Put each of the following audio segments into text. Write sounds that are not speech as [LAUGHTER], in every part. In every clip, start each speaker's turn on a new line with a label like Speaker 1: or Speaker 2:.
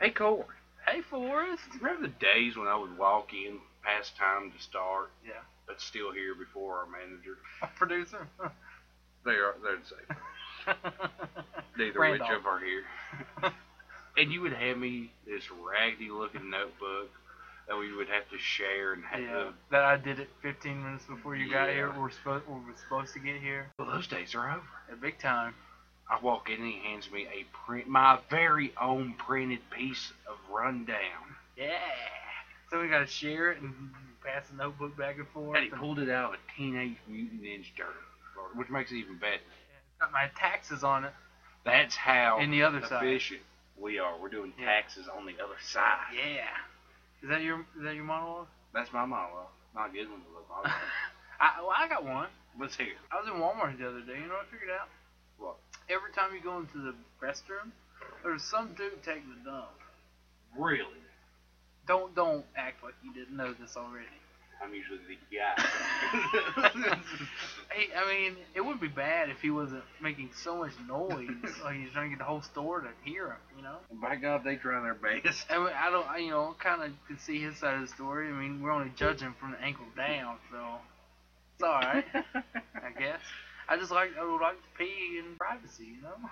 Speaker 1: Hey, Corey.
Speaker 2: Hey, Forrest.
Speaker 1: Remember the days when I would walk in past time to start,
Speaker 2: Yeah.
Speaker 1: but still here before our manager?
Speaker 2: Producer.
Speaker 1: They are. They're the same.
Speaker 2: uh,
Speaker 1: Neither which
Speaker 2: Randolph.
Speaker 1: of are
Speaker 2: [LAUGHS]
Speaker 1: here. and you would hand me this raggedy looking notebook that we would have to share and have.
Speaker 2: Yeah. That I did it 15 minutes before you got
Speaker 1: Yeah.
Speaker 2: here. We're supposed we were supposed to get here
Speaker 1: Well, those days are over.
Speaker 2: at big time.
Speaker 1: I walk in and he hands me a print, my very own printed piece of rundown.
Speaker 2: Yeah. So we gotta share it and pass the notebook back and forth.
Speaker 1: And he
Speaker 2: and-
Speaker 1: pulled it out of a Teenage Mutant Ninja Turtle, which makes it even better.
Speaker 2: Yeah, it's got my taxes on it.
Speaker 1: That's how
Speaker 2: And the other side.
Speaker 1: efficient we are. We're doing
Speaker 2: Yeah.
Speaker 1: taxes on the other side.
Speaker 2: Yeah. Is that your is that your monologue?
Speaker 1: That's my monologue. Not good one, but [LAUGHS] monologue.
Speaker 2: I well, I got one.
Speaker 1: Let's hear. it.
Speaker 2: I was in Walmart the other day. You know what I figured out?
Speaker 1: What?
Speaker 2: Every time you go into the restroom, there's some dude taking a dump.
Speaker 1: Really?
Speaker 2: Don't don't act like you didn't know this already.
Speaker 1: I'm usually the [LAUGHS] guy.
Speaker 2: Hey, I mean, it would be bad if he wasn't making so much [LAUGHS] noise, like he's trying to get the whole store to hear him. You know.
Speaker 1: By God, they try their best.
Speaker 2: I, mean, I don't, I, you know, kind of can see his side of the story. I mean, we're only judging from the ankle down, so it's all [LAUGHS]
Speaker 1: [LAUGHS]
Speaker 2: right, I guess. I just like, I would like to pee in privacy, you know.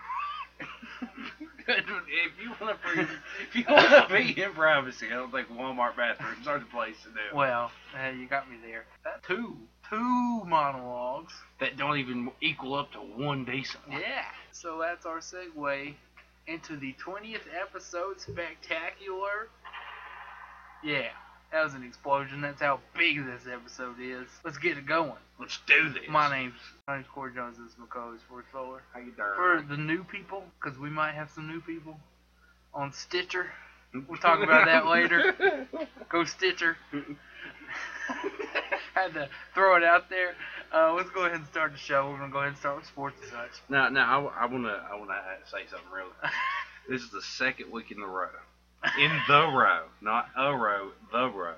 Speaker 1: if you want to if you [LAUGHS] want to be in privacy, I don't think Walmart bathrooms are the place to do. it.
Speaker 2: Well, hey, you got me there. That two, two monologues.
Speaker 1: That don't even equal up to one decent one.
Speaker 2: Yeah. So that's our segue into the twentieth episode spectacular. Yeah, that was an explosion. That's how big this episode is. Let's get it going.
Speaker 1: Let's do this.
Speaker 2: My name's my name's Corey Jones. This is McCoy's Ford Fuller.
Speaker 1: How you
Speaker 2: For
Speaker 1: darn?
Speaker 2: the new people, because we might have some new people on Stitcher. We'll talk about
Speaker 1: [LAUGHS]
Speaker 2: that later. Go Stitcher. Had to throw it out there. Uh, let's go ahead and start the show. We're gonna go ahead and start with sports and such.
Speaker 1: Now, now I, I wanna, I wanna say something real. quick. This is the second week in the row, in the row, not a row, the row.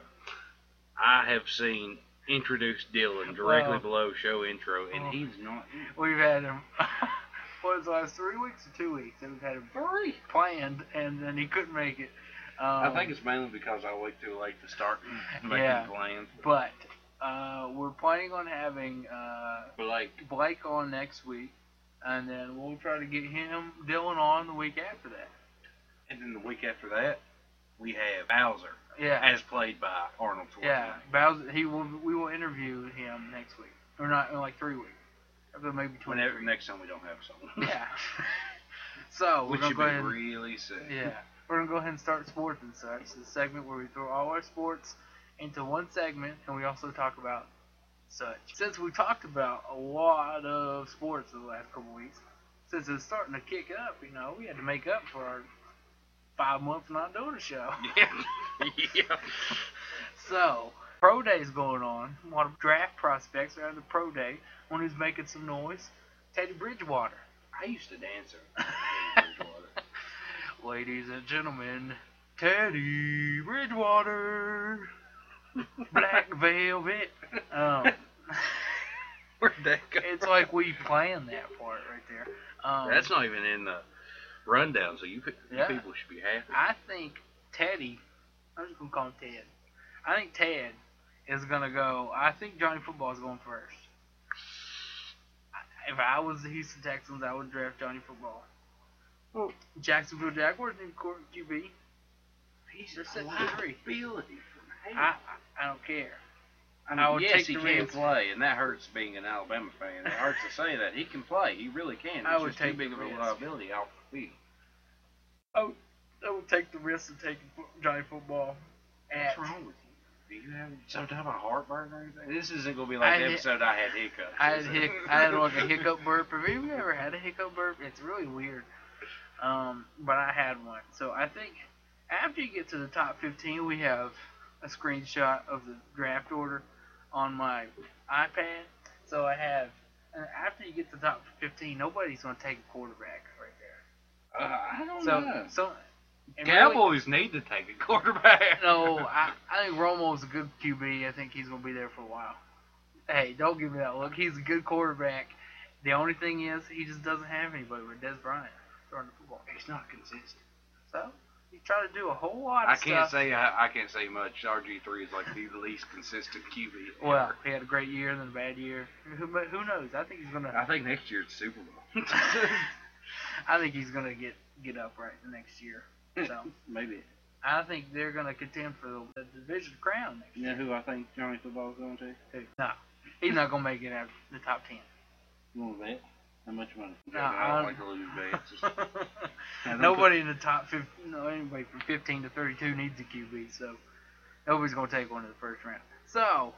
Speaker 1: I have seen introduce Dylan directly
Speaker 2: Well-
Speaker 1: below show intro, and
Speaker 2: Well-
Speaker 1: he's not in.
Speaker 2: We've had him. [LAUGHS] what was the last three weeks or two weeks? that We've had him
Speaker 1: three.
Speaker 2: planned, and then he couldn't make it.
Speaker 1: I
Speaker 2: Um,
Speaker 1: think it's mainly because I wait too late to start making
Speaker 2: Yeah.
Speaker 1: plans.
Speaker 2: But uh, we're planning on having. Uh,
Speaker 1: But like,
Speaker 2: Blake on next week, and then we'll try to get him Dylan on the week after that.
Speaker 1: and then the week after that, we have Bowser,
Speaker 2: Yeah,
Speaker 1: as played by Arnold Schwarzenegger.
Speaker 2: yeah. Bowser, he will. We will interview him next week, or not in like three weeks, but maybe twenty.
Speaker 1: Whenever next time we don't have someone,
Speaker 2: Yeah. [LAUGHS] so
Speaker 1: [LAUGHS]
Speaker 2: we're
Speaker 1: which
Speaker 2: gonna
Speaker 1: should
Speaker 2: go
Speaker 1: be
Speaker 2: ahead. and-
Speaker 1: really sick.
Speaker 2: Yeah, we're gonna go ahead and start sports and such. The segment where we throw all our sports into one segment, and we also talk about such. Since we talked about a lot of sports the last couple weeks, since it's starting to kick up, you know, we had to make up for our five months not doing a show.
Speaker 1: [LAUGHS]
Speaker 2: [LAUGHS]
Speaker 1: yeah.
Speaker 2: So, pro day's going on. A lot of draft prospects are at the pro day. One who's making some noise, Teddy Bridgewater. [LAUGHS]
Speaker 1: I used to dance it.
Speaker 2: Ladies and gentlemen, Teddy Bridgewater, Black Velvet. Um,
Speaker 1: Where'd that go?
Speaker 2: it's like we planned that part right there. Um,
Speaker 1: That's not even in the rundown, so you, pe- you
Speaker 2: Yeah.
Speaker 1: people should be happy.
Speaker 2: I think Teddy. I'm just gonna call him Ted. I think Ted is gonna go. I think Johnny Football's going first. I- If I was the Houston Texans, I would draft Johnny Football.
Speaker 1: Well-
Speaker 2: Jacksonville Jaguars need a QB.
Speaker 1: He's
Speaker 2: They're
Speaker 1: just
Speaker 2: sitting
Speaker 1: a
Speaker 2: at three.
Speaker 1: liability from hell.
Speaker 2: I, I, I don't care.
Speaker 1: I,
Speaker 2: I would
Speaker 1: yes,
Speaker 2: take
Speaker 1: he
Speaker 2: the
Speaker 1: can
Speaker 2: risk.
Speaker 1: play, and that hurts being an Alabama fan. It hurts to say that he can play. He really can. It's
Speaker 2: I would
Speaker 1: just
Speaker 2: take
Speaker 1: too big
Speaker 2: the
Speaker 1: of a
Speaker 2: risk.
Speaker 1: liability off the field.
Speaker 2: I will take the risk of taking fo- Johnny Football. At,
Speaker 1: What's wrong with you? Do you have some type of heartburn or anything? This isn't gonna be like
Speaker 2: I
Speaker 1: the
Speaker 2: had-
Speaker 1: episode I had hiccups.
Speaker 2: I had
Speaker 1: is it?
Speaker 2: hic- I had like a hiccup burp. Have you ever had a hiccup burp? It's really weird. Um, but I had one. So I think after you get to the top 15, we have a screenshot of the draft order on my iPad. So I have. And after you get to the top 15, nobody's gonna take a quarterback right there.
Speaker 1: [LAUGHS] Uh, I don't
Speaker 2: So
Speaker 1: know.
Speaker 2: so. and really-
Speaker 1: Cowboys need to take a quarterback.
Speaker 2: No, I, I think Romo's a good QB. I think he's going to be there for a while. Hey, don't give me that look. He's a good quarterback. The only thing is, he just doesn't have anybody with Des Bryant throwing the football.
Speaker 1: He's not consistent.
Speaker 2: So, you try to do a whole lot of
Speaker 1: I can't
Speaker 2: stuff.
Speaker 1: say I, I can't say much. RG three is like the least consistent QB.
Speaker 2: Well,
Speaker 1: ever.
Speaker 2: he had a great year and then a bad year. Who, but who knows? I think he's
Speaker 1: I
Speaker 2: gonna.
Speaker 1: think next year's Super [LAUGHS] Bowl.
Speaker 2: [LAUGHS] I think he's gonna get get upright the next year. So
Speaker 3: Maybe.
Speaker 2: I think they're gonna contend for the, the division crown next
Speaker 3: You know
Speaker 2: year.
Speaker 3: who I think Johnny Football's going to?
Speaker 2: too. No, he's not gonna make it out of the top ten.
Speaker 3: You want to bet? How much money?
Speaker 1: No, I
Speaker 2: I'm-
Speaker 1: don't like to lose
Speaker 2: [LAUGHS]
Speaker 1: bets.
Speaker 3: Now, don't
Speaker 2: Nobody in the top 15, no, anybody from 15 to 32 needs a QB, so nobody's going to take one in the first round. So,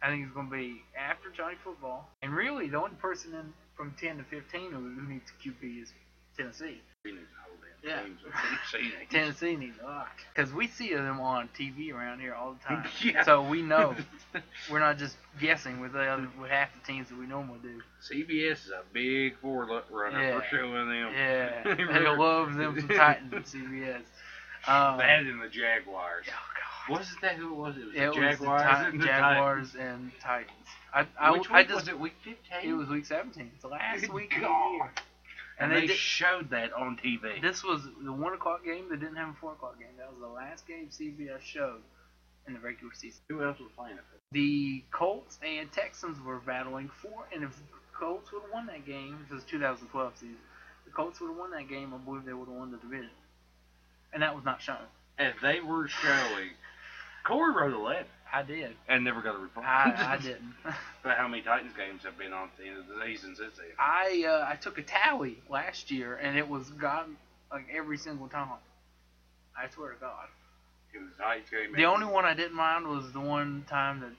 Speaker 2: I think it's going to be after Johnny Football. And really, the only person in from 10 to 15 who, who needs a QB is Tennessee.
Speaker 1: We need to hold them
Speaker 2: Yeah.
Speaker 1: teams up.
Speaker 2: [LAUGHS]
Speaker 1: See, they-
Speaker 2: Tennessee needs a lot. Because we see them on TV around here all the time.
Speaker 1: [LAUGHS] Yeah.
Speaker 2: So we know.
Speaker 1: [LAUGHS]
Speaker 2: We're not just guessing with the other, with half the teams that we normally do.
Speaker 1: CBS is a big forward look runner for
Speaker 2: Yeah.
Speaker 1: showing them. [LAUGHS]
Speaker 2: Yeah. They love them some Titans and CBS. Um,
Speaker 1: That and the Jaguars.
Speaker 2: oh, God.
Speaker 1: Wasn't that who it was? It was
Speaker 2: It
Speaker 1: the
Speaker 2: was
Speaker 1: Jaguars.
Speaker 2: the Ti-
Speaker 1: and [LAUGHS] the
Speaker 2: Jaguars and Titans. I,
Speaker 1: Titans.
Speaker 2: I,
Speaker 1: Which
Speaker 2: I
Speaker 1: week
Speaker 2: just
Speaker 1: was it? Week
Speaker 2: it
Speaker 1: fifteen.
Speaker 2: was week 17. It's the last
Speaker 1: Good
Speaker 2: week of the
Speaker 1: God.
Speaker 2: year.
Speaker 1: and, they,
Speaker 2: did,
Speaker 1: showed that on TV.
Speaker 2: this was the one o'clock game. They didn't have a four o'clock game. That was the last game CBS showed in the regular season.
Speaker 1: who else was playing it?
Speaker 2: The Colts and Texans were battling for, and if the Colts would have won that game, this was 2012 season. The Colts would have won that game. I believe they would have won the division, and that was not shown.
Speaker 1: And they were showing. Corey wrote a letter
Speaker 2: I did.
Speaker 1: and never got a reply. [LAUGHS]
Speaker 2: I, I didn't. [LAUGHS]
Speaker 1: But how many Titans games have been on at the end of the season since then?
Speaker 2: I uh, I took a tally last year, and it was gone like every single time. I swear to God.
Speaker 1: It was Titans game.
Speaker 2: The only one I didn't mind was the one time that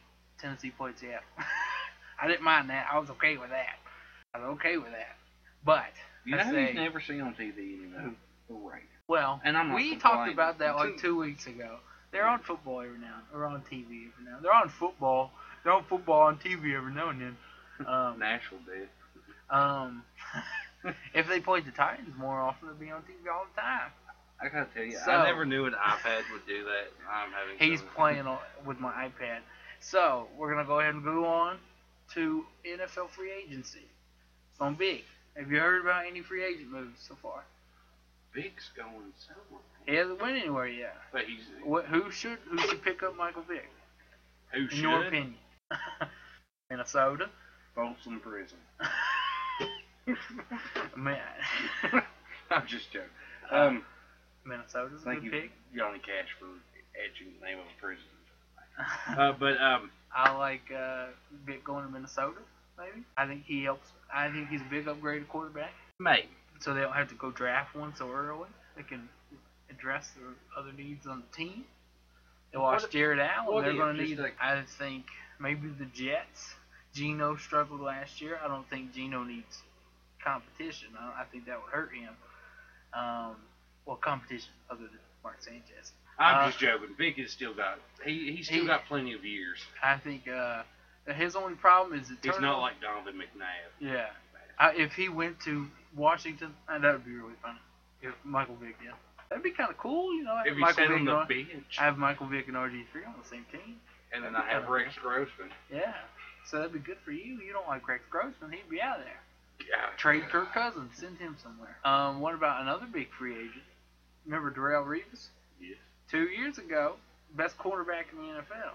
Speaker 2: Tennessee played Seattle. [LAUGHS] I didn't mind that. I was okay with that. I was okay with that. But
Speaker 1: you know
Speaker 2: I
Speaker 1: who
Speaker 2: say-
Speaker 1: you've never seen on TV anymore. Oh, The Raiders.
Speaker 2: well,
Speaker 1: And I'm not
Speaker 2: we talked
Speaker 1: complaining.
Speaker 2: about that like two weeks ago. They're on football every now. They're on TV every now. They're on football. They're on football on TV every now and
Speaker 1: [LAUGHS]
Speaker 2: then. Um,
Speaker 1: Nashville did.
Speaker 2: um, [LAUGHS] if they played the Titans more often, they'd be on TV all the time.
Speaker 1: I gotta tell you,
Speaker 2: So-
Speaker 1: I never knew an iPad would do that. I'm having.
Speaker 2: He's
Speaker 1: some-
Speaker 2: playing on, with my iPad. So we're gonna go ahead and go on to NFL free agency. It's on big. Have you heard about any free agent moves so far?
Speaker 1: Vic's going somewhere.
Speaker 2: He hasn't went anywhere yet.
Speaker 1: But he's
Speaker 2: What, who should who should pick up Michael Vick?
Speaker 1: who
Speaker 2: In
Speaker 1: should?
Speaker 2: your opinion, [LAUGHS] Minnesota. [LAUGHS]
Speaker 1: Folsom Prison. [LAUGHS]
Speaker 2: Man, [LAUGHS]
Speaker 1: I'm just joking.
Speaker 2: Uh,
Speaker 1: Um,
Speaker 2: Minnesota's a
Speaker 1: thank
Speaker 2: good
Speaker 1: you,
Speaker 2: pick. [LAUGHS]
Speaker 1: Johnny Cash, for etching the name of a prison. Uh, but um,
Speaker 2: I like uh, Vick going to Minnesota. Maybe I think he helps. I think he's a big upgraded quarterback.
Speaker 1: mate,
Speaker 2: so they don't have to go draft one so early. They can address their other needs on the team. They lost
Speaker 1: What-
Speaker 2: Jared Allen.
Speaker 1: what
Speaker 2: They're
Speaker 1: if
Speaker 2: going to
Speaker 1: just
Speaker 2: need,
Speaker 1: like-
Speaker 2: I think, maybe the Jets. Geno struggled last year. I don't think Geno needs competition. I, don't, I think that would hurt him. Um, well, competition other than Mark Sanchez.
Speaker 1: I'm
Speaker 2: Uh,
Speaker 1: just joking. Vic has still got he he's still
Speaker 2: he-
Speaker 1: got plenty of years.
Speaker 2: I think uh, that his only problem is the
Speaker 1: He's not
Speaker 2: turnover-
Speaker 1: like Donovan McNabb.
Speaker 2: Yeah. I, if he went to Washington, uh, that would be really funny. If Michael Vick did. That'd be kind of cool, you know. have
Speaker 1: If you
Speaker 2: Michael
Speaker 1: sit
Speaker 2: Vick
Speaker 1: on the
Speaker 2: on-
Speaker 1: bench,
Speaker 2: I have Michael Vick and RG3 on the same team.
Speaker 1: and then I have Rex Grossman.
Speaker 2: Yeah. So that'd be good for you. You don't like Rex Grossman. He'd be out of there.
Speaker 1: Yeah.
Speaker 2: Trade Kirk Cousins. Send him somewhere. Um, what about another big free agent? Remember Darrell Reeves?
Speaker 1: Yes.
Speaker 2: Two years ago, best quarterback in the NFL.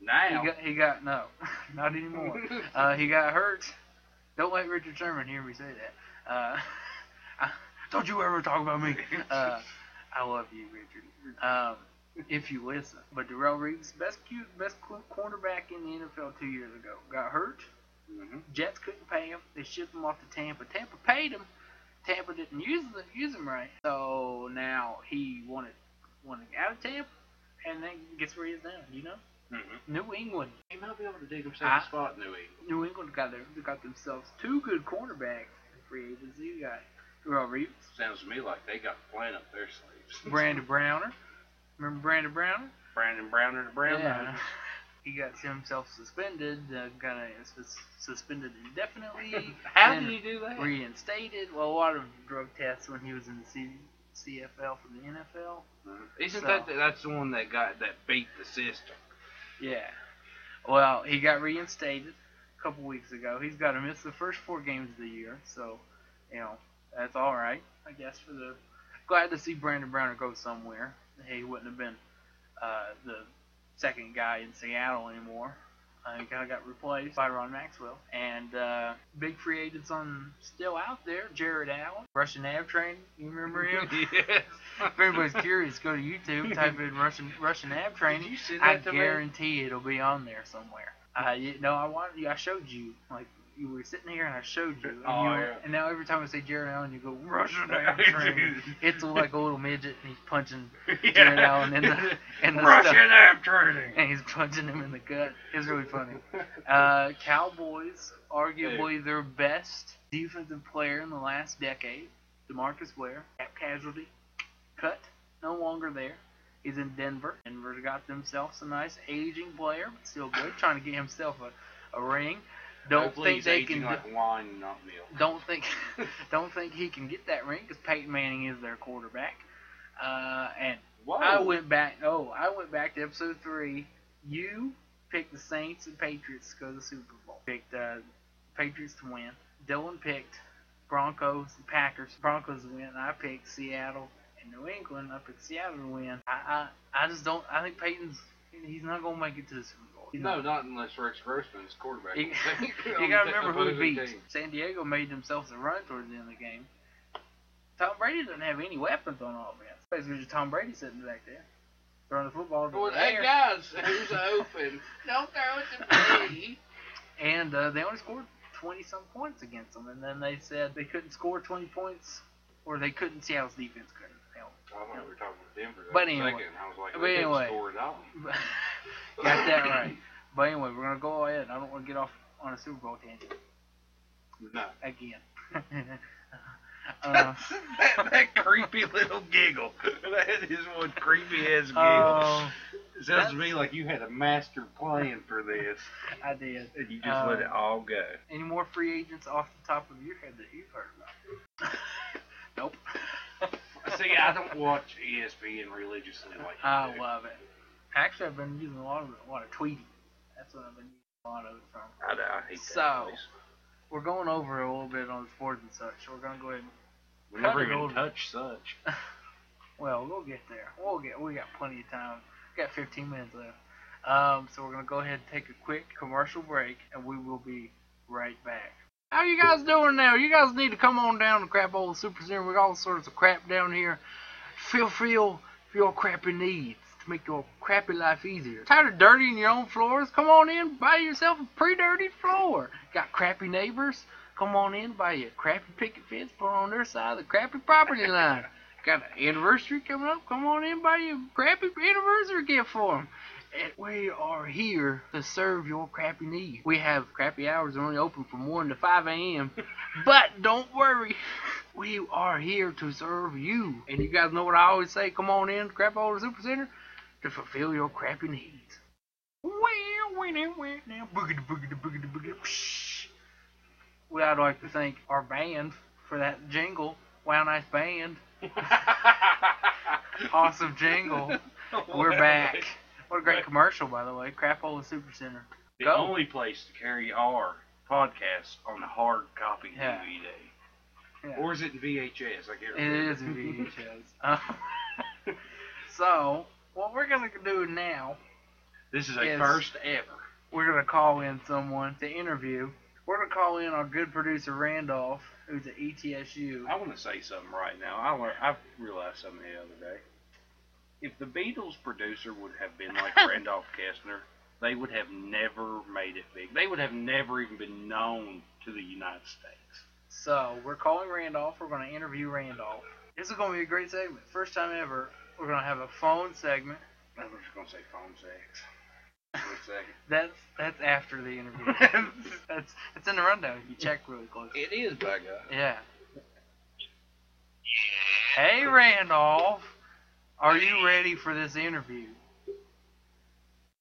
Speaker 1: Now,
Speaker 2: He got, he got no, [LAUGHS] not anymore.
Speaker 1: [LAUGHS]
Speaker 2: uh, he got hurt. Don't let Richard Sherman hear me say that. Uh, [LAUGHS] don't you ever talk about me. Uh, I love you, Richard. Um, if you listen, but Darrell Reeves, best Q, best qu- cornerback in the NFL two years ago, got hurt.
Speaker 1: Mhm.
Speaker 2: Jets couldn't pay him. They shipped him off to Tampa. Tampa paid him. Tampa didn't use him, use him right. So now he wanted wanted out of Tampa, and then guess where he is now? You know,
Speaker 1: Mhm.
Speaker 2: New England.
Speaker 1: he might be able to dig himself
Speaker 2: I-
Speaker 1: a spot in New England.
Speaker 2: New England got their, they got themselves two good cornerbacks in free agency. You got Darrell Reeves,
Speaker 1: Sounds to me like they got the plan up their sleeves. [LAUGHS]
Speaker 2: Brandon Browner. Remember Brandon Browner?
Speaker 1: Brandon Browner to Brown.
Speaker 2: Yeah. [LAUGHS] He got himself suspended, uh, got a, sus- suspended
Speaker 1: [LAUGHS]
Speaker 2: indefinitely,
Speaker 1: How
Speaker 2: And
Speaker 1: did he do that?
Speaker 2: reinstated. Well, a lot of drug tests when he was in the C- CFL for the NFL.
Speaker 1: Isn't
Speaker 2: So-
Speaker 1: that that's the one that got that beat the system?
Speaker 2: Yeah. Well, he got reinstated a couple weeks ago. He's got to miss the first four games of the year, so you know that's all right, I guess, for the glad to see Brandon Browner go somewhere. He wouldn't have been uh, the second guy in Seattle anymore. Uh, he kind of got replaced by Ron Maxwell. And uh, big free agents on still out there. Jared Allen, Russian Nav Train. You
Speaker 1: [LAUGHS]
Speaker 2: remember him?
Speaker 1: yes.
Speaker 2: if anybody's curious, go to YouTube, type in Russian Russian Nav
Speaker 1: Did
Speaker 2: Training.
Speaker 1: you send
Speaker 2: I
Speaker 1: that to me?
Speaker 2: guarantee it'll be on there somewhere. Uh, you know, I wanted you. I showed you. Like you were sitting here, and I showed you. And,
Speaker 1: Oh,
Speaker 2: you
Speaker 1: yeah.
Speaker 2: and now every time I say Jared Allen, you go
Speaker 1: [LAUGHS]
Speaker 2: Russian Nav Train. It's like a little midget, and he's punching
Speaker 1: [LAUGHS]
Speaker 2: Jared Allen in the in the
Speaker 1: Russian
Speaker 2: stuff,
Speaker 1: ab training.
Speaker 2: and he's punching him in the gut. It's really funny. Uh, Cowboys, arguably their best defensive player in the last decade, Demarcus Ware, cap casualty, cut, no longer there. He's in Denver. Denver's got themselves a nice aging player, but still good, trying to get himself a, a ring. Don't
Speaker 1: Hopefully
Speaker 2: think
Speaker 1: he's
Speaker 2: they
Speaker 1: aging
Speaker 2: can.
Speaker 1: like wine, not milk.
Speaker 2: Don't think, [LAUGHS] don't think he can get that ring because Peyton Manning is their quarterback. Uh, and
Speaker 1: Whoa.
Speaker 2: I went back. Oh, I went back to episode three. You picked the Saints and Patriots to go to the Super Bowl. Picked uh, Patriots to win. Dylan picked Broncos and Packers. Broncos to win. I picked Seattle and New England. I picked Seattle to win. I I, I just don't. I think Peyton's. He's not gonna make it to the Super Bowl. He's
Speaker 1: No,
Speaker 2: not.
Speaker 1: not unless Rex Grossman's quarterback. [LAUGHS]
Speaker 2: You, you
Speaker 1: On
Speaker 2: gotta
Speaker 1: the
Speaker 2: remember who he
Speaker 1: opposing
Speaker 2: beat.
Speaker 1: team.
Speaker 2: San Diego made themselves a run towards the end of the game. Tom Brady doesn't have any weapons on offense. Basically, just Tom Brady sitting back there throwing the football. to
Speaker 1: Well,
Speaker 2: the
Speaker 1: hey
Speaker 2: air.
Speaker 1: guys, who's
Speaker 2: [LAUGHS]
Speaker 1: open? Don't throw it to me.
Speaker 2: and uh, they only scored 20 some points against them. And then they said they couldn't score 20 points, or they couldn't. Seattle's defense couldn't. help.
Speaker 1: [LAUGHS] I thought we were talking about Denver.
Speaker 2: But
Speaker 1: that
Speaker 2: anyway.
Speaker 1: second, I was like,
Speaker 2: But
Speaker 1: they didn't
Speaker 2: anyway.
Speaker 1: score at all.
Speaker 2: Got that right. But anyway, we're gonna go ahead. I don't want to get off on a Super Bowl tangent
Speaker 1: [LAUGHS] No.
Speaker 2: again. [LAUGHS]
Speaker 1: [LAUGHS]
Speaker 2: uh,
Speaker 1: that, that creepy little giggle. That is one creepy ass giggle.
Speaker 2: um,
Speaker 1: Sounds to me like you had a master plan for this,
Speaker 2: I did.
Speaker 1: and you just let
Speaker 2: Um,
Speaker 1: it all go.
Speaker 2: Any more free agents off the top of your head that you've heard about? nope.
Speaker 1: See, I don't watch
Speaker 2: E
Speaker 1: ESPN religiously like you
Speaker 2: I
Speaker 1: do.
Speaker 2: love it. Actually, I've been using a lot of a lot of Tweety. That's what I've been using a lot of it from.
Speaker 1: I, know, I hate that
Speaker 2: So,
Speaker 1: place.
Speaker 2: We're going over a little bit on sports and such. so We're gonna go ahead. And,
Speaker 1: We never
Speaker 2: cut it
Speaker 1: even
Speaker 2: over.
Speaker 1: touch such.
Speaker 2: [LAUGHS] well, we'll get there. We'll get. We got plenty of time. We got 15 minutes left. Um, so we're gonna go ahead and take a quick commercial break, and we will be right back. How you guys doing now? You guys need to come on down to crap old Super Center. We got all sorts of crap down here. Feel feel your crappy needs to make your crappy life easier. Tired of dirtying your own floors? Come on in, buy yourself a pre-dirtied floor. Got crappy neighbors? Come on in, buy you a crappy picket fence, put on their side of the crappy property [LAUGHS] line. Got an anniversary coming up? Come on in, buy you a crappy anniversary gift for 'em. And we are here to serve your crappy needs. We have crappy hours only open from 1 to 5 a.m. But don't worry, we are here to serve you. And you guys know what I always say come on in, Crap Older Super Center, to fulfill your crappy needs. Well, we now, we now, boogity, boogity, boogity, boogity, psh. Well, I'd like to thank our band for that jingle. Wow, nice band. Awesome jingle. We're back. What a great commercial, by the way. Crap Older Super Center.
Speaker 1: The
Speaker 2: Go.
Speaker 1: only place to carry our podcasts on hard copy
Speaker 2: Yeah.
Speaker 1: DVD.
Speaker 2: Yeah.
Speaker 1: Or is it in VHS? I can't
Speaker 2: It
Speaker 1: remember.
Speaker 2: is
Speaker 1: [LAUGHS]
Speaker 2: a VHS. Uh, [LAUGHS] so, what we're going to do now,
Speaker 1: This is a
Speaker 2: Yes.
Speaker 1: first ever.
Speaker 2: we're going to call in someone to interview. We're going to call in our good producer, Randolph, who's at E ETSU.
Speaker 1: I want to say something right now. I learned, I realized something the other day. If the Beatles producer would have been [LAUGHS] like Randolph Kestner, they would have never made it big. They would have never even been known to the United States.
Speaker 2: So, we're calling Randolph. We're going to interview Randolph. This is going to be a great segment. First time ever, we're going to have a phone segment.
Speaker 1: I was just gonna say phone sex. For a second.
Speaker 2: That's that's after the interview. that's it's in the rundown. You check really close.
Speaker 1: [LAUGHS] It is, by God.
Speaker 2: Yeah. Hey Randolph, are you ready for this interview?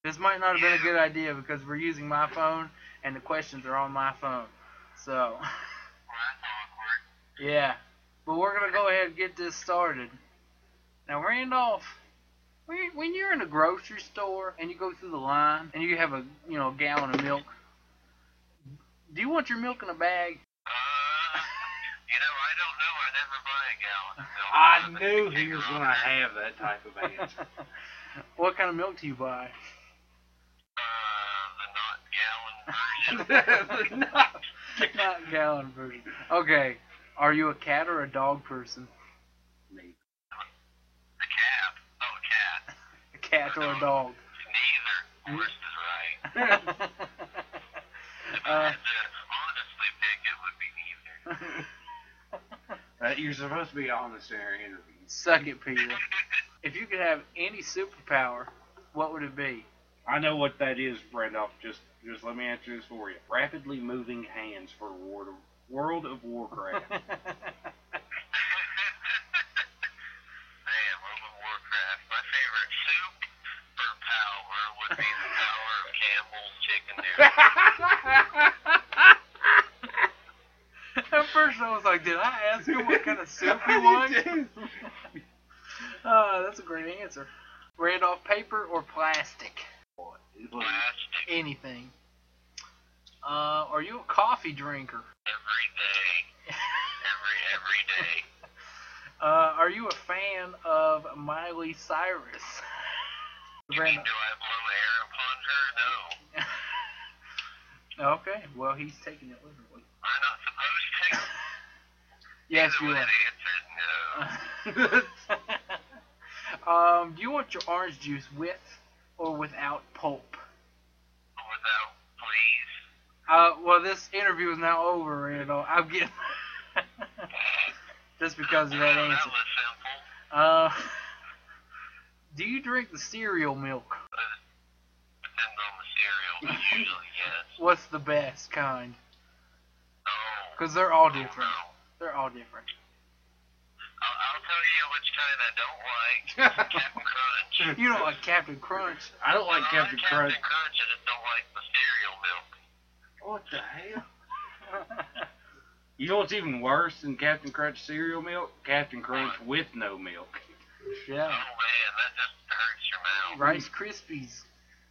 Speaker 2: This might not have been a good idea because we're using my phone and the questions are on my phone. So, [LAUGHS]
Speaker 4: Uh,
Speaker 2: yeah. But we're going to go ahead and get this started. Now, Randolph, when when you're in a grocery store and you go through the line and you have a, you know, gallon of milk, do you want your milk in a bag?
Speaker 4: Uh, You know, I don't know. I never buy a gallon. So
Speaker 1: I knew he was going to have that type of answer.
Speaker 2: [LAUGHS] what kind of milk do you buy?
Speaker 4: Uh, the not gallon version.
Speaker 1: [LAUGHS]
Speaker 2: [LAUGHS] Not gallon version. Okay. Are you a cat or a dog person?
Speaker 4: the cat. Oh, cat.
Speaker 2: A cat or a
Speaker 1: [LAUGHS]
Speaker 2: dog?
Speaker 4: Neither. Worst is right. If I
Speaker 2: uh,
Speaker 4: had to honestly pick, it would be neither.
Speaker 1: Uh, you're supposed to be honest during interviews.
Speaker 2: suck it,
Speaker 4: [LAUGHS]
Speaker 2: Peter. If you could have any superpower, what would it be?
Speaker 1: I know what that is, Brandoff. Just, just let me answer this for you. Rapidly moving hands for World of, World of
Speaker 2: [LAUGHS]
Speaker 1: Warcraft.
Speaker 4: Man, World of Warcraft. My favorite superpower would be the power of Campbell's chicken noodle.
Speaker 2: At first, I was like, did I ask you what kind of soup
Speaker 1: [LAUGHS] I
Speaker 2: you
Speaker 1: did
Speaker 2: want?
Speaker 1: too.
Speaker 2: [LAUGHS] Uh, that's a great answer. Randolph, paper or plastic?
Speaker 4: Plastic
Speaker 2: Anything. Uh, are you a coffee drinker? [LAUGHS]
Speaker 4: every day. Every, every day.
Speaker 2: Uh, are you a fan of Miley Cyrus? [LAUGHS]
Speaker 4: You mean, do I blow air upon her? No.
Speaker 2: Okay, well, he's taking it literally. [LAUGHS]
Speaker 4: I'm not supposed to.
Speaker 2: Yes,
Speaker 4: Either
Speaker 2: you
Speaker 4: way,
Speaker 2: are.
Speaker 4: the answer is no.
Speaker 2: [LAUGHS] um, do you want your orange juice with or without pulp?
Speaker 4: Without, please.
Speaker 2: Uh, well, this interview is now over, you know. I'm getting. [LAUGHS] Just because of that
Speaker 4: Well,
Speaker 2: answer.
Speaker 4: that was simple.
Speaker 2: Uh, do you drink the cereal milk?
Speaker 4: Depends on the cereal, but usually yes.
Speaker 2: What's the best kind?
Speaker 4: Oh,
Speaker 2: Because they're all
Speaker 4: no.
Speaker 2: different. They're all different.
Speaker 4: I'll, I'll tell you which kind I don't
Speaker 2: [LAUGHS]
Speaker 4: like. Captain Crunch.
Speaker 2: You don't like Captain Crunch. [LAUGHS]
Speaker 1: I don't like
Speaker 4: I
Speaker 1: Captain
Speaker 4: like
Speaker 1: Crunch.
Speaker 4: Captain Crunch. I just don't like the cereal milk.
Speaker 1: What the hell? You know what's even worse than Captain Crunch cereal milk? Captain Crunch with no milk.
Speaker 2: Yeah.
Speaker 4: Oh man, that just hurts your mouth.
Speaker 2: Rice Krispies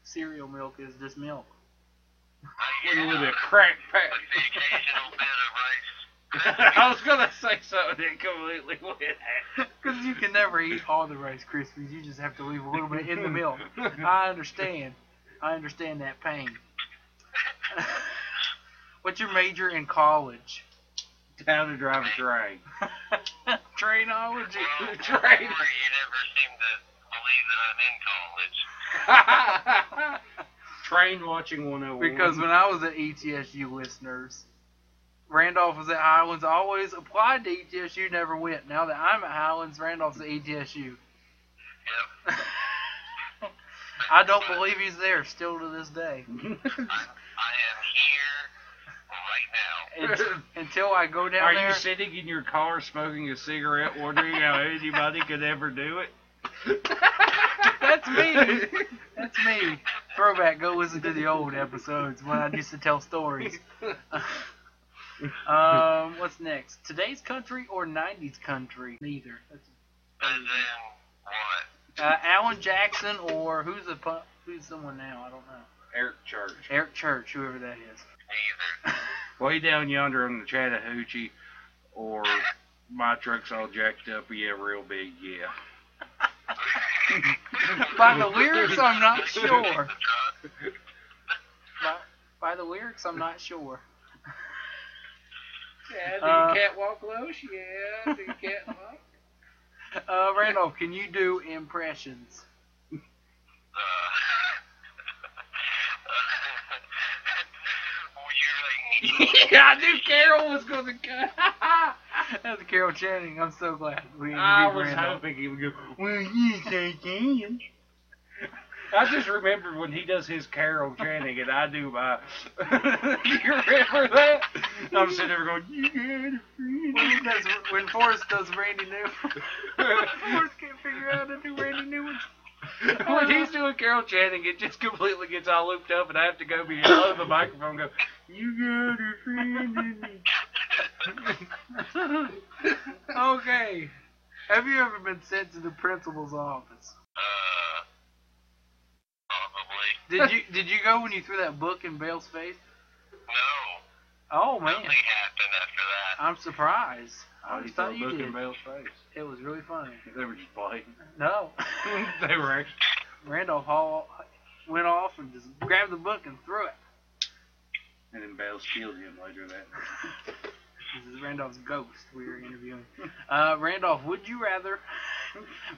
Speaker 2: cereal milk is just milk.
Speaker 1: With
Speaker 4: yeah, [LAUGHS]
Speaker 1: a crack
Speaker 4: but the
Speaker 1: pack.
Speaker 4: occasional bit of rice.
Speaker 1: [LAUGHS] I was gonna say something that completely went out.
Speaker 2: Because you can never eat all the Rice Krispies. You just have to leave a little bit in the milk. I understand. I understand that pain. [LAUGHS] What's your major in college? [LAUGHS]
Speaker 1: How to drive a train.
Speaker 2: Trainology. [LAUGHS]
Speaker 4: Well,
Speaker 1: Right.
Speaker 4: before you never seem to believe that I'm in college.
Speaker 1: train watching 101.
Speaker 2: Because when I was E at ETSU, listeners, Randolph was at Highlands. I always applied to E ETSU, never went. Now that I'm at Highlands, Randolph's at E ETSU.
Speaker 4: Yep.
Speaker 2: [LAUGHS] I don't believe he's there still to this day.
Speaker 4: I am here right now.
Speaker 2: Unt-
Speaker 1: [LAUGHS]
Speaker 2: until I go down
Speaker 1: Are
Speaker 2: there.
Speaker 1: you sitting in your car smoking a cigarette, wondering
Speaker 2: [LAUGHS]
Speaker 1: how anybody could ever do it?
Speaker 2: That's me. That's me. Throwback. Go listen to the old episodes when I used to
Speaker 1: [LAUGHS]
Speaker 2: tell stories. [LAUGHS] um, what's next? Today's country or '90s country? Neither. That's-
Speaker 4: As in what?
Speaker 2: Uh, Alan Jackson or who's the pu- who's someone now? I don't know.
Speaker 1: Eric Church.
Speaker 2: Eric Church, whoever that is. [LAUGHS]
Speaker 4: Neither.
Speaker 1: Way down yonder on the Chattahoochee, or my truck's all jacked up. Yeah, real big. Yeah.
Speaker 2: By the lyrics,
Speaker 1: [LAUGHS]
Speaker 2: I'm not
Speaker 4: The [LAUGHS]
Speaker 2: sure.
Speaker 4: drug
Speaker 2: By, by the lyrics, I'm
Speaker 1: [LAUGHS]
Speaker 2: not sure.
Speaker 1: Yeah,
Speaker 2: do you
Speaker 1: catwalk lows? Yeah, do you catwalk?
Speaker 2: Uh, Randolph, can you do impressions? [LAUGHS]
Speaker 4: Uh, well, you're like me. [LAUGHS]
Speaker 1: yeah, I knew Carol was gonna go.
Speaker 2: That's Carol Channing. I'm so glad we
Speaker 1: I
Speaker 2: interviewed
Speaker 1: was
Speaker 2: Randolph.
Speaker 1: hoping he would go. Well, you say can. [LAUGHS] I just remembered when he does his Carol chanting and I do my. [LAUGHS] do you remember that? I'm sitting there going, you had a
Speaker 2: [LAUGHS] When, he
Speaker 1: friend."
Speaker 2: does, when Forrest does Randy Newman, [LAUGHS] Forrest can't figure out how to do Randy Newman.
Speaker 1: [LAUGHS] when he's doing Carol chanting, it just completely gets all looped up, and I have to go be below the microphone and go, You got a friend in me.
Speaker 2: [LAUGHS]
Speaker 1: [LAUGHS]
Speaker 2: Okay. Have you ever been sent to the principal's office?
Speaker 4: Uh, probably.
Speaker 2: Did you did you go when you threw that book in Bale's face?
Speaker 4: No.
Speaker 2: Oh man.
Speaker 4: Nothing happened after that.
Speaker 2: I'm surprised. I
Speaker 1: Oh,
Speaker 2: just
Speaker 1: you thought
Speaker 2: thought you
Speaker 1: Book
Speaker 2: did.
Speaker 1: in Bale's face.
Speaker 2: It was really funny.
Speaker 3: They were just fighting.
Speaker 1: [LAUGHS]
Speaker 2: No,
Speaker 1: they were actually.
Speaker 2: Randolph Hall went off and just grabbed the book and threw it.
Speaker 3: And then Bale killed him later that
Speaker 2: This is Randolph's ghost we were interviewing. Uh, Randolph, would you rather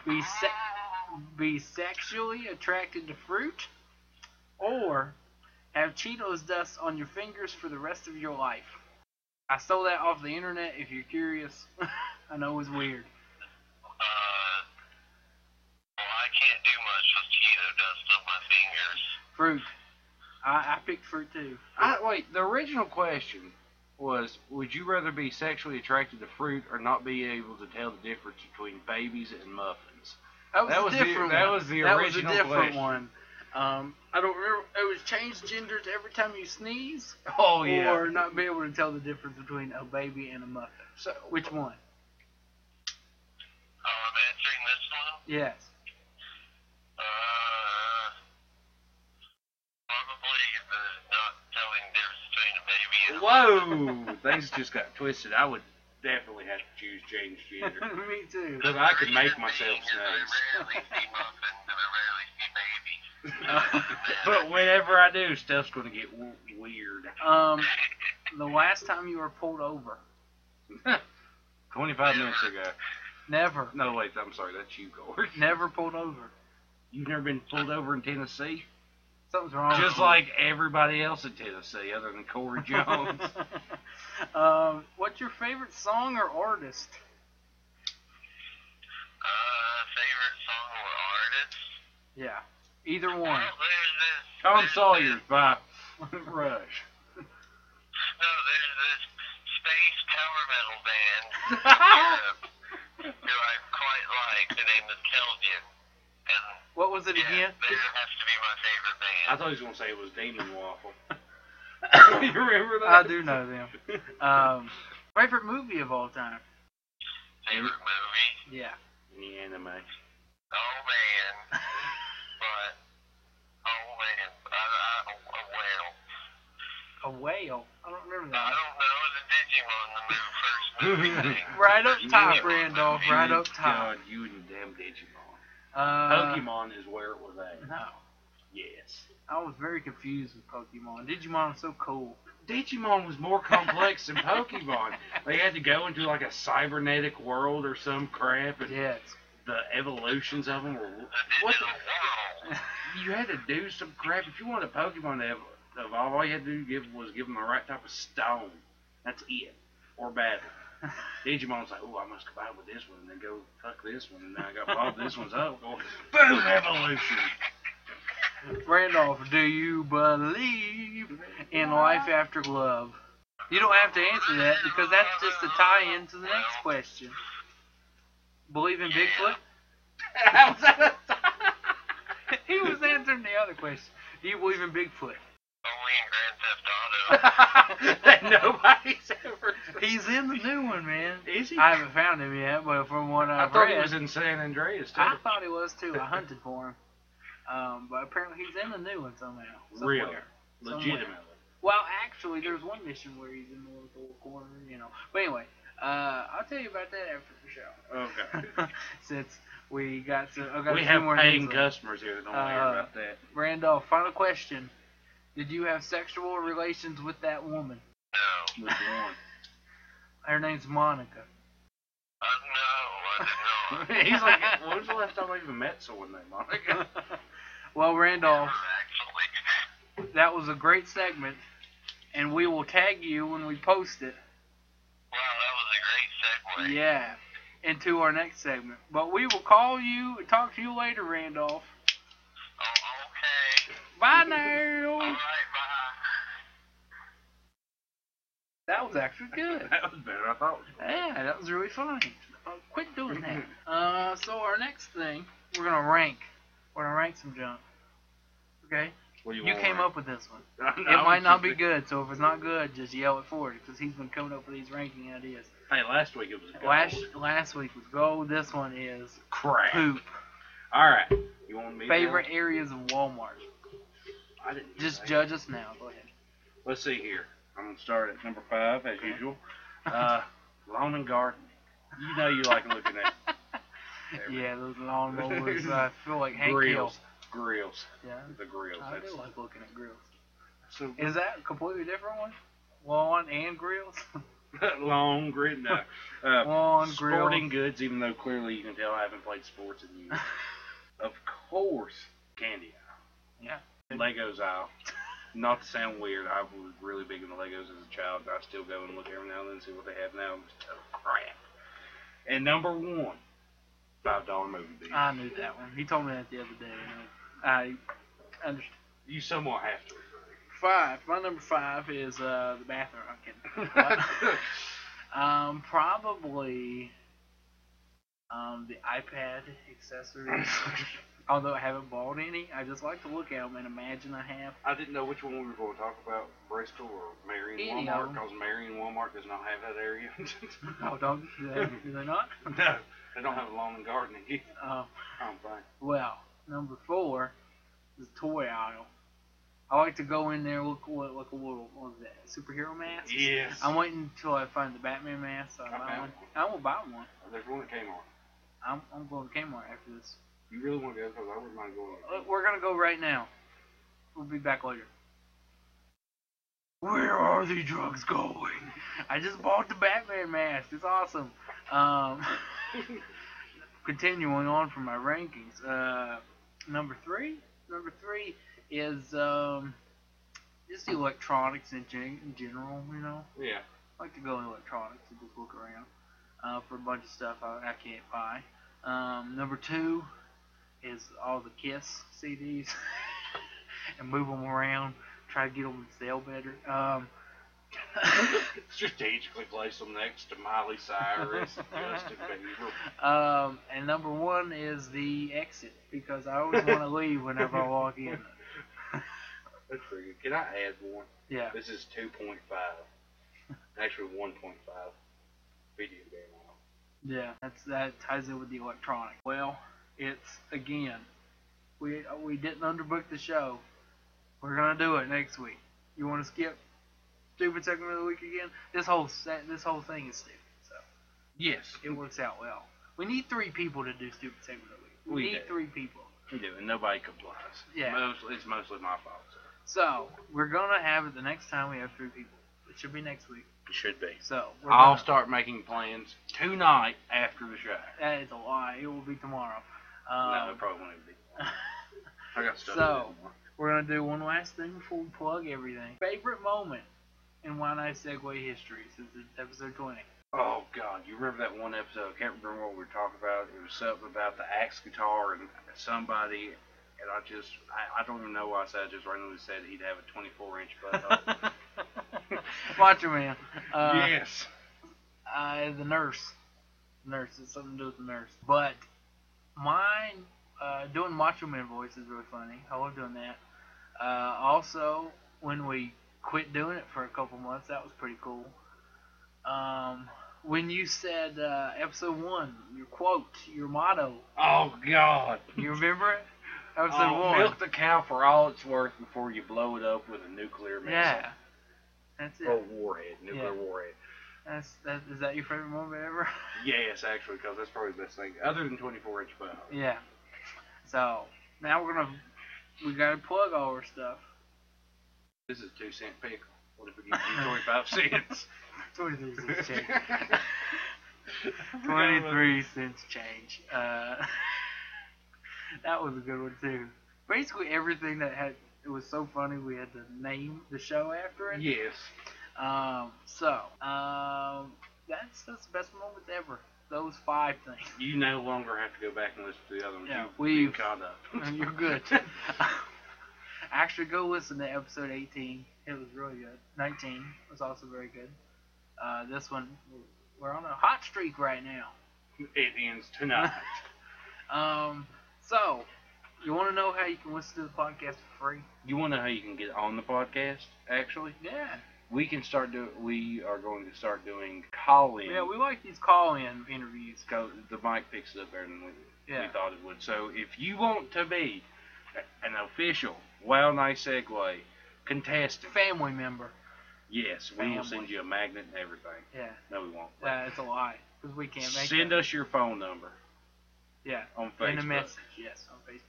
Speaker 2: be se- be sexually attracted to fruit or have Cheetos dust on your fingers for the rest of your life? I stole that off the internet if you're curious. [LAUGHS] I know it was weird.
Speaker 4: Uh, well, I can't do much with Cheeto dust on my fingers.
Speaker 2: Fruit. I, I picked fruit too.
Speaker 1: I, wait, the original question was Would you rather be sexually attracted to fruit or not be able to tell the difference between babies and muffins?
Speaker 2: That was,
Speaker 1: That
Speaker 2: a
Speaker 1: was the-
Speaker 2: different
Speaker 1: that
Speaker 2: one.
Speaker 1: was the
Speaker 2: that
Speaker 1: original
Speaker 2: was a different
Speaker 1: question.
Speaker 2: one. Um, I don't remember. It was change genders every time you sneeze.
Speaker 1: Oh, yeah.
Speaker 2: or not be able to tell the difference between a baby and a muffin.
Speaker 1: So,
Speaker 2: Which one?
Speaker 4: Oh, I'm answering this one.
Speaker 1: [LAUGHS]
Speaker 2: Yes.
Speaker 4: Uh, probably the not telling the difference between a baby and a
Speaker 1: whoa! Things just got twisted. I would definitely have to choose James
Speaker 2: [LAUGHS]
Speaker 1: Jr.
Speaker 2: Me too.
Speaker 1: Because I could make
Speaker 4: Reason
Speaker 1: myself
Speaker 4: being is
Speaker 1: sneeze.
Speaker 4: I [LAUGHS] rarely see muffins and I rarely see babies.
Speaker 1: but whenever I do, stuff's going to get w- weird. [LAUGHS]
Speaker 2: Um, the last time you were pulled over.
Speaker 1: 25 minutes ago.
Speaker 2: Never.
Speaker 1: No, wait, I'm sorry, that's you, Gord.
Speaker 2: Never pulled over.
Speaker 1: You've never been pulled over in Tennessee?
Speaker 2: Something's wrong.
Speaker 1: Just
Speaker 2: [LAUGHS]
Speaker 1: like everybody else in Tennessee, other than Corey Jones.
Speaker 2: um, what's your favorite song or artist?
Speaker 4: [LAUGHS] Uh, favorite song or artist?
Speaker 2: Yeah. Either
Speaker 4: Oh,
Speaker 2: one. [LAUGHS]
Speaker 4: there's this.
Speaker 1: Tom
Speaker 4: there's
Speaker 1: Sawyer by Rush.
Speaker 4: This, no, there's this space power metal
Speaker 1: [LAUGHS]
Speaker 4: band uh, who I quite like. The name is Kelvin. And
Speaker 2: What was it
Speaker 4: yeah,
Speaker 2: again?
Speaker 4: they has to be my favorite band.
Speaker 1: I thought he was going to say it was Demon [LAUGHS] Waffle. you remember that? [LAUGHS]
Speaker 2: I do know them.
Speaker 1: Uh,
Speaker 2: Um, favorite movie of all time.
Speaker 4: favorite movie?
Speaker 2: Yeah. [LAUGHS]
Speaker 1: Any anime.
Speaker 4: Oh man, but oh man, I, I, oh, well,
Speaker 2: A whale. I don't remember
Speaker 4: I
Speaker 2: that.
Speaker 4: don't know the Digimon the move first movie thing.
Speaker 2: Right up top,
Speaker 4: Yeah.
Speaker 2: Randolph. Right up top.
Speaker 1: God, you and damn Digimon.
Speaker 2: Uh,
Speaker 1: Pokemon is where it was at.
Speaker 2: No,
Speaker 1: Yes.
Speaker 2: I was very confused with Pokemon. Digimon was so cool.
Speaker 1: Digimon was more complex than Pokemon. They had to go into like a cybernetic world or some crap, and
Speaker 2: Yes.
Speaker 1: the evolutions of them were.
Speaker 4: The
Speaker 1: What
Speaker 4: digital
Speaker 1: the-
Speaker 4: world.
Speaker 1: You had to do some crap. If you wanted Pokemon to ev- evolve, all you had to do give was give them the right type of stone. That's it. Or
Speaker 2: [LAUGHS]
Speaker 1: battle. Digimon's like, oh, I must combine with this one, and then go fuck this one, and then I got bob this one's up. Going, Boom,
Speaker 2: [LAUGHS]
Speaker 1: evolution.
Speaker 2: Randolph, do you believe in life after love? You don't have to answer that because that's just a tie in to the next question. Believe in Bigfoot?
Speaker 1: How's that?
Speaker 2: [LAUGHS] He was
Speaker 1: [LAUGHS]
Speaker 2: answering the other question. Do you believe in Bigfoot?
Speaker 4: Only in Grand Theft Auto.
Speaker 1: that nobody's ever.
Speaker 2: He's in the new one, man.
Speaker 1: Is [LAUGHS] he?
Speaker 2: I haven't found him yet, but from what
Speaker 1: I
Speaker 2: I've
Speaker 1: thought
Speaker 2: read,
Speaker 1: he was in San Andreas too.
Speaker 2: I thought he was too. I hunted for him, um, but apparently he's in the new one somehow. somewhere.
Speaker 1: Really?
Speaker 2: Somewhere.
Speaker 1: Legitimately.
Speaker 2: Well, actually, there's one mission where he's in the little corner, you know. But anyway, uh, I'll tell you about that after the show.
Speaker 1: Okay.
Speaker 2: Since we got some, [LAUGHS] I got
Speaker 1: we
Speaker 2: a few
Speaker 1: have
Speaker 2: more
Speaker 1: paying
Speaker 2: things left.
Speaker 1: customers here that don't want to hear
Speaker 2: Uh,
Speaker 1: about that.
Speaker 2: Randolph, final question: Did you have sexual relations with that woman?
Speaker 4: No,
Speaker 3: with one.
Speaker 2: Her name's Monica. [LAUGHS]
Speaker 4: uh, no, I did
Speaker 1: [LAUGHS]
Speaker 4: not.
Speaker 1: He's
Speaker 2: [LAUGHS]
Speaker 1: like, when was the last time I even met someone named Monica?
Speaker 2: well, Randolph,
Speaker 4: Actually,
Speaker 2: that was a great segment, and we will tag you when we post it.
Speaker 4: wow, that was a great segue.
Speaker 2: Yeah, into our next segment. But we will call you and talk to you later, Randolph.
Speaker 4: Oh, okay.
Speaker 2: Bye
Speaker 4: All
Speaker 2: now.
Speaker 4: right, bye.
Speaker 2: That was actually good.
Speaker 1: [LAUGHS] that was better. than I thought.
Speaker 2: Yeah, that was really fun. Uh, quit doing that. Uh, so our next thing, we're gonna rank. We're gonna rank some junk. Okay.
Speaker 1: What do
Speaker 2: You
Speaker 1: want?
Speaker 2: came up with this one.
Speaker 1: I [LAUGHS] know, I
Speaker 2: It
Speaker 1: was
Speaker 2: might not
Speaker 1: just
Speaker 2: be
Speaker 1: thinking-
Speaker 2: good, so if it's not good, just yell it for it, because he's been coming up with these ranking ideas.
Speaker 1: Hey, last week it was gold.
Speaker 2: Last last week was gold. This one is
Speaker 1: crap.
Speaker 2: poop.
Speaker 1: All right. You want me? to-
Speaker 2: Favorite areas of Walmart.
Speaker 1: I didn't.
Speaker 2: Just
Speaker 1: say.
Speaker 2: judge us now. Go ahead.
Speaker 1: Let's see here.
Speaker 2: [LAUGHS]
Speaker 3: I'm gonna start at number five as usual.
Speaker 1: Uh, lawn and garden. You know you like looking
Speaker 2: [LAUGHS]
Speaker 1: at There we
Speaker 2: yeah, those
Speaker 1: [LAUGHS]
Speaker 2: lawnmowers. uh, I feel like Hank Hill.
Speaker 1: grills. Grills.
Speaker 2: Yeah,
Speaker 1: The grills.
Speaker 2: I
Speaker 1: That's,
Speaker 2: do like looking at grills.
Speaker 1: so [LAUGHS]
Speaker 2: Is that a completely different one? Lawn and grills. [LAUGHS]
Speaker 1: long grill. No. Uh,
Speaker 2: Lawn
Speaker 1: sporting
Speaker 2: grills.
Speaker 1: goods, even though clearly you can tell I haven't played sports in years. of course, candy
Speaker 2: Yeah.
Speaker 1: aisle, Legos aisle. Not to sound weird, I was really big into Legos as a child. I still go and look every now and then and see what they have now. It's total crap. And number one, five dollar movie deal.
Speaker 2: [LAUGHS] I knew that one. He told me that the other day. and I I understand.
Speaker 1: you somewhat have to.
Speaker 2: Five. My number five is uh, the bathroom. I'm [LAUGHS] kidding. um, probably um, the iPad [LAUGHS] accessories.
Speaker 1: [LAUGHS]
Speaker 2: Although I haven't bought any, I just like to look at them and imagine I have. [LAUGHS]
Speaker 1: I didn't know which one we were going to talk about, Bristol or Marion
Speaker 2: Any of
Speaker 1: Walmart,
Speaker 2: them.
Speaker 1: because Marion Walmart does not have that area. [LAUGHS]
Speaker 2: Oh, don't do that. Do they [LAUGHS] not?
Speaker 1: no, they don't have a lawn and garden either.
Speaker 2: Um,
Speaker 1: I don't think.
Speaker 2: well, number four is the toy aisle. I like to go in there look what like a little what was that superhero mask.
Speaker 1: Yes.
Speaker 2: I'm waiting until I find the Batman mask. So I
Speaker 1: I
Speaker 2: buy
Speaker 1: found
Speaker 2: one.
Speaker 1: one.
Speaker 2: I will buy one.
Speaker 1: There's one that came on.
Speaker 2: I'm, I'm going to Kmart after this.
Speaker 1: You really want to go? Because I wouldn't mind going.
Speaker 2: Uh, We're gonna go right now. We'll be back later. Where are the drugs going? I just bought the Batman mask. It's awesome. Um, [LAUGHS] continuing on from my rankings, uh, number three. Number three is um, just the electronics in, gen- in general. You know,
Speaker 1: [LAUGHS] Yeah.
Speaker 2: I like to go in electronics and just look around uh, for a bunch of stuff I, I can't buy. Um, number two is all the Kiss CDs [LAUGHS] and move them around, try to get them to sell better. Um, [LAUGHS]
Speaker 1: Strategically place them next to Miley Cyrus and Justin Bieber.
Speaker 2: um, and number one is the exit because I always want to leave whenever I walk in.
Speaker 1: That's pretty good. Can I add one?
Speaker 2: Yeah.
Speaker 1: This is 2.5. Actually, 1.5. Video game on.
Speaker 2: Yeah, that's that ties in with the electronic. Well, it's again, we we didn't underbook the show. We're gonna do it next week. You want to skip stupid segment of the week again? This whole set, this whole thing is stupid, so
Speaker 1: Yes.
Speaker 2: it works out well. We need three people to do stupid segment of the week. We,
Speaker 1: We
Speaker 2: need
Speaker 1: do.
Speaker 2: three people.
Speaker 1: You do, and nobody complies.
Speaker 2: Yeah.
Speaker 1: Mostly, it's mostly my fault. So.
Speaker 2: So we're gonna have it the next time we have three people. It should be next week.
Speaker 1: It should be.
Speaker 2: So we're
Speaker 1: I'll
Speaker 2: gonna-
Speaker 1: start making plans tonight after the show.
Speaker 2: That is a lie. It will be tomorrow. Um,
Speaker 1: no, it probably won't be.
Speaker 2: [LAUGHS]
Speaker 1: I got stuff.
Speaker 2: So-
Speaker 1: to do.
Speaker 2: We're gonna do one last thing before we plug everything. Favorite moment in Why Not Segway history since it's episode 20.
Speaker 1: Oh God, you remember that one episode? I can't remember what we were talking about. It was something about the axe guitar and somebody, and I just I, I don't even know why I said. I just randomly said he'd have a 24 inch
Speaker 2: [LAUGHS]
Speaker 1: butthole.
Speaker 2: Watch your man. Uh,
Speaker 1: yes.
Speaker 2: uh, the nurse. Nurse. It's something to do with the nurse. But mine, uh, doing Macho Man voice is really funny. I love doing that. Uh, also, when we quit doing it for a couple months, that was pretty cool. Um, when you said uh, episode one, your quote, your motto,
Speaker 1: Oh God.
Speaker 2: you remember it? Episode
Speaker 1: Oh,
Speaker 2: one.
Speaker 1: milk the cow for all it's worth before you blow it up with a nuclear missile
Speaker 2: Yeah. That's
Speaker 1: or
Speaker 2: it.
Speaker 1: warhead, nuclear
Speaker 2: Yeah.
Speaker 1: warhead.
Speaker 2: That's that. Is that your favorite moment ever? [LAUGHS]
Speaker 1: Yes, actually, because that's probably the best thing, other than 24 inch butthole.
Speaker 2: Yeah. So now we're gonna we gotta plug all our stuff.
Speaker 1: This is two cent pickle. What if we give
Speaker 2: [LAUGHS]
Speaker 1: you 25 cents?
Speaker 2: Twenty three cents [LAUGHS]
Speaker 1: [LAUGHS]
Speaker 2: change. Twenty three cents change. Uh, [LAUGHS] that was a good one too. Basically everything that had it was so funny we had to name the show after it.
Speaker 1: yes.
Speaker 2: Um. So um. That's that's the best moments ever. Those five things.
Speaker 1: You no longer have to go back and listen to the other ones.
Speaker 2: Yeah,
Speaker 1: You've
Speaker 2: we've-
Speaker 1: been caught [LAUGHS] up.
Speaker 2: And [LAUGHS] You're good. Actually, go listen to episode 18. It was really good. 19 was also very good. Uh, this one, we're on a hot streak right now.
Speaker 1: it ends tonight.
Speaker 2: Um, so, you want to know how you can listen to the podcast for free?
Speaker 1: [LAUGHS] You want to know how you can get on the podcast? Actually,
Speaker 2: Yeah.
Speaker 1: we can start do. We are going to start doing call-in.
Speaker 2: Yeah, we like these call-in interviews.
Speaker 1: Go, the mic picks it up better than we,
Speaker 2: Yeah.
Speaker 1: we thought it would. So if you want to be a- an official, wow, nice segue contestant,
Speaker 2: Family member.
Speaker 1: Yes, we will send you a magnet and everything.
Speaker 2: Yeah,
Speaker 1: No, we won't.
Speaker 2: uh, it's a lie because we can't make
Speaker 1: Send
Speaker 2: that.
Speaker 1: us your phone number
Speaker 2: yeah
Speaker 1: on Facebook.
Speaker 2: in a message. Yes, on Facebook.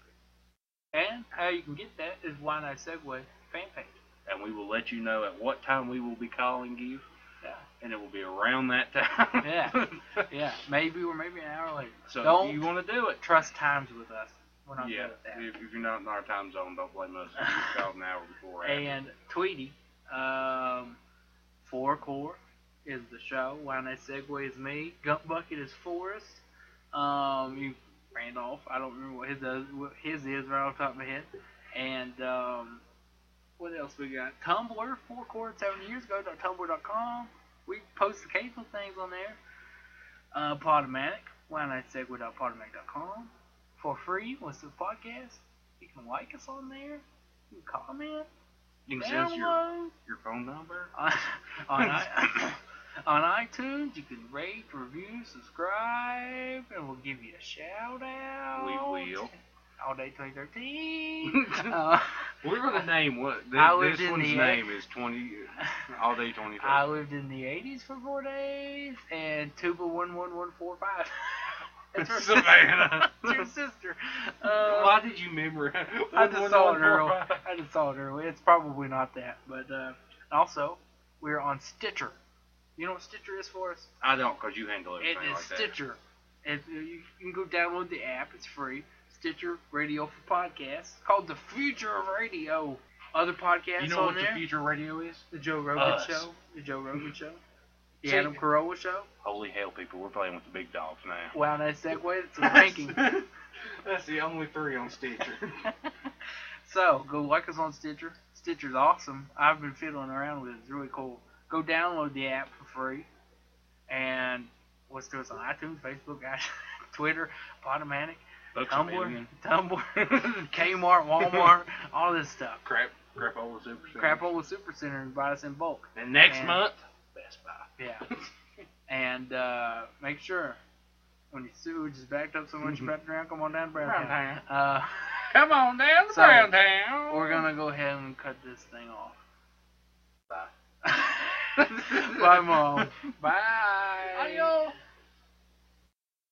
Speaker 2: And how you can get that is Why Not Segway fan page.
Speaker 1: and we will let you know at what time we will be calling you,
Speaker 2: Yeah.
Speaker 1: and it will be around that time. [LAUGHS]
Speaker 2: Yeah. Yeah, maybe or maybe an hour later.
Speaker 1: so
Speaker 2: Don't-
Speaker 1: if you want to do it?
Speaker 2: Trust times with us. We're not
Speaker 1: Yeah.
Speaker 2: good at that.
Speaker 1: If, if you're not in our time zone, don't blame us. if You called an hour
Speaker 2: [LAUGHS]
Speaker 1: before. or after.
Speaker 2: and Tweety. Um, Four Core is the show. Why Not Segway is me. Gump Bucket is Forrest. Um, you Randolph. I don't remember what his does, what his is right off the top of my head. And um, what else we got? Tumblr. Four Core seven years ago. dot Tumblr.com. We post occasional things on there. Uh, Podomatic. Why Not Segway. dot Podomatic.com. For free, what's the podcast? You can like us on there. You can comment.
Speaker 1: you can send us your,
Speaker 2: Download
Speaker 1: your phone number.
Speaker 2: on, on, i- [COUGHS] on iTunes. You can rate, review, subscribe, and we'll give you a shout out.
Speaker 1: We will.
Speaker 2: All day
Speaker 1: [LAUGHS]
Speaker 2: 2013. uh,
Speaker 1: We're gonna name what this,
Speaker 2: I lived
Speaker 1: this
Speaker 2: in
Speaker 1: one's
Speaker 2: the-
Speaker 1: name is twenty all day twenty
Speaker 2: I
Speaker 1: five.
Speaker 2: lived in the 80s for four days, and Tuba 11145.
Speaker 1: [LAUGHS]
Speaker 2: That's her [LAUGHS]
Speaker 1: Savannah.
Speaker 2: That's your sister. Uh,
Speaker 1: Why did you memorize?
Speaker 2: I just saw it earlier.
Speaker 1: 11145?
Speaker 2: I just saw it earlier. It's probably not that, but uh, also we're on Stitcher. You know what Stitcher is for us?
Speaker 1: I don't, cause you handle
Speaker 2: It
Speaker 1: everything
Speaker 2: is
Speaker 1: like that.
Speaker 2: Stitcher. If you you can go download the app, it's free. Stitcher Radio for Podcasts, called the Future of Radio. Other podcasts
Speaker 1: You know
Speaker 2: on
Speaker 1: what
Speaker 2: there:
Speaker 1: the future radio is?
Speaker 2: the Joe Rogan
Speaker 1: Us.
Speaker 2: Show, the Joe Rogan
Speaker 1: [LAUGHS]
Speaker 2: Show, the
Speaker 1: See-
Speaker 2: Adam Carolla Show.
Speaker 1: Holy hell, people! We're playing with the big dogs now.
Speaker 2: Wow, nice segue.
Speaker 1: [LAUGHS]
Speaker 2: It's a ranking. [LAUGHS]
Speaker 1: That's the only three on Stitcher.
Speaker 2: so go like us on Stitcher. Stitcher's awesome. I've been fiddling around with it. It's really cool. Go download the app for free, and what's to us on iTunes, Facebook, [LAUGHS] Twitter, Podomatic,
Speaker 1: Books a
Speaker 2: Tumblr, [LAUGHS]
Speaker 1: million.
Speaker 2: Tumblr, Kmart, [LAUGHS] Walmart, all this stuff.
Speaker 1: Crap, crap over super. Center.
Speaker 2: Crapola Supercenter and buy us in bulk.
Speaker 1: And next
Speaker 2: And-
Speaker 1: month, Best Buy.
Speaker 2: Yeah. [LAUGHS] and uh, make sure when your sewage is backed up so much, you wrap it Mm-hmm. around, come on down to Brown Town.
Speaker 1: Brown
Speaker 2: Uh,
Speaker 1: Come on down to
Speaker 2: So,
Speaker 1: Brown Town.
Speaker 2: we're gonna go ahead and cut this thing off.
Speaker 1: Bye.
Speaker 2: [LAUGHS] Bye, mom. Bye.
Speaker 1: Bye, y'all.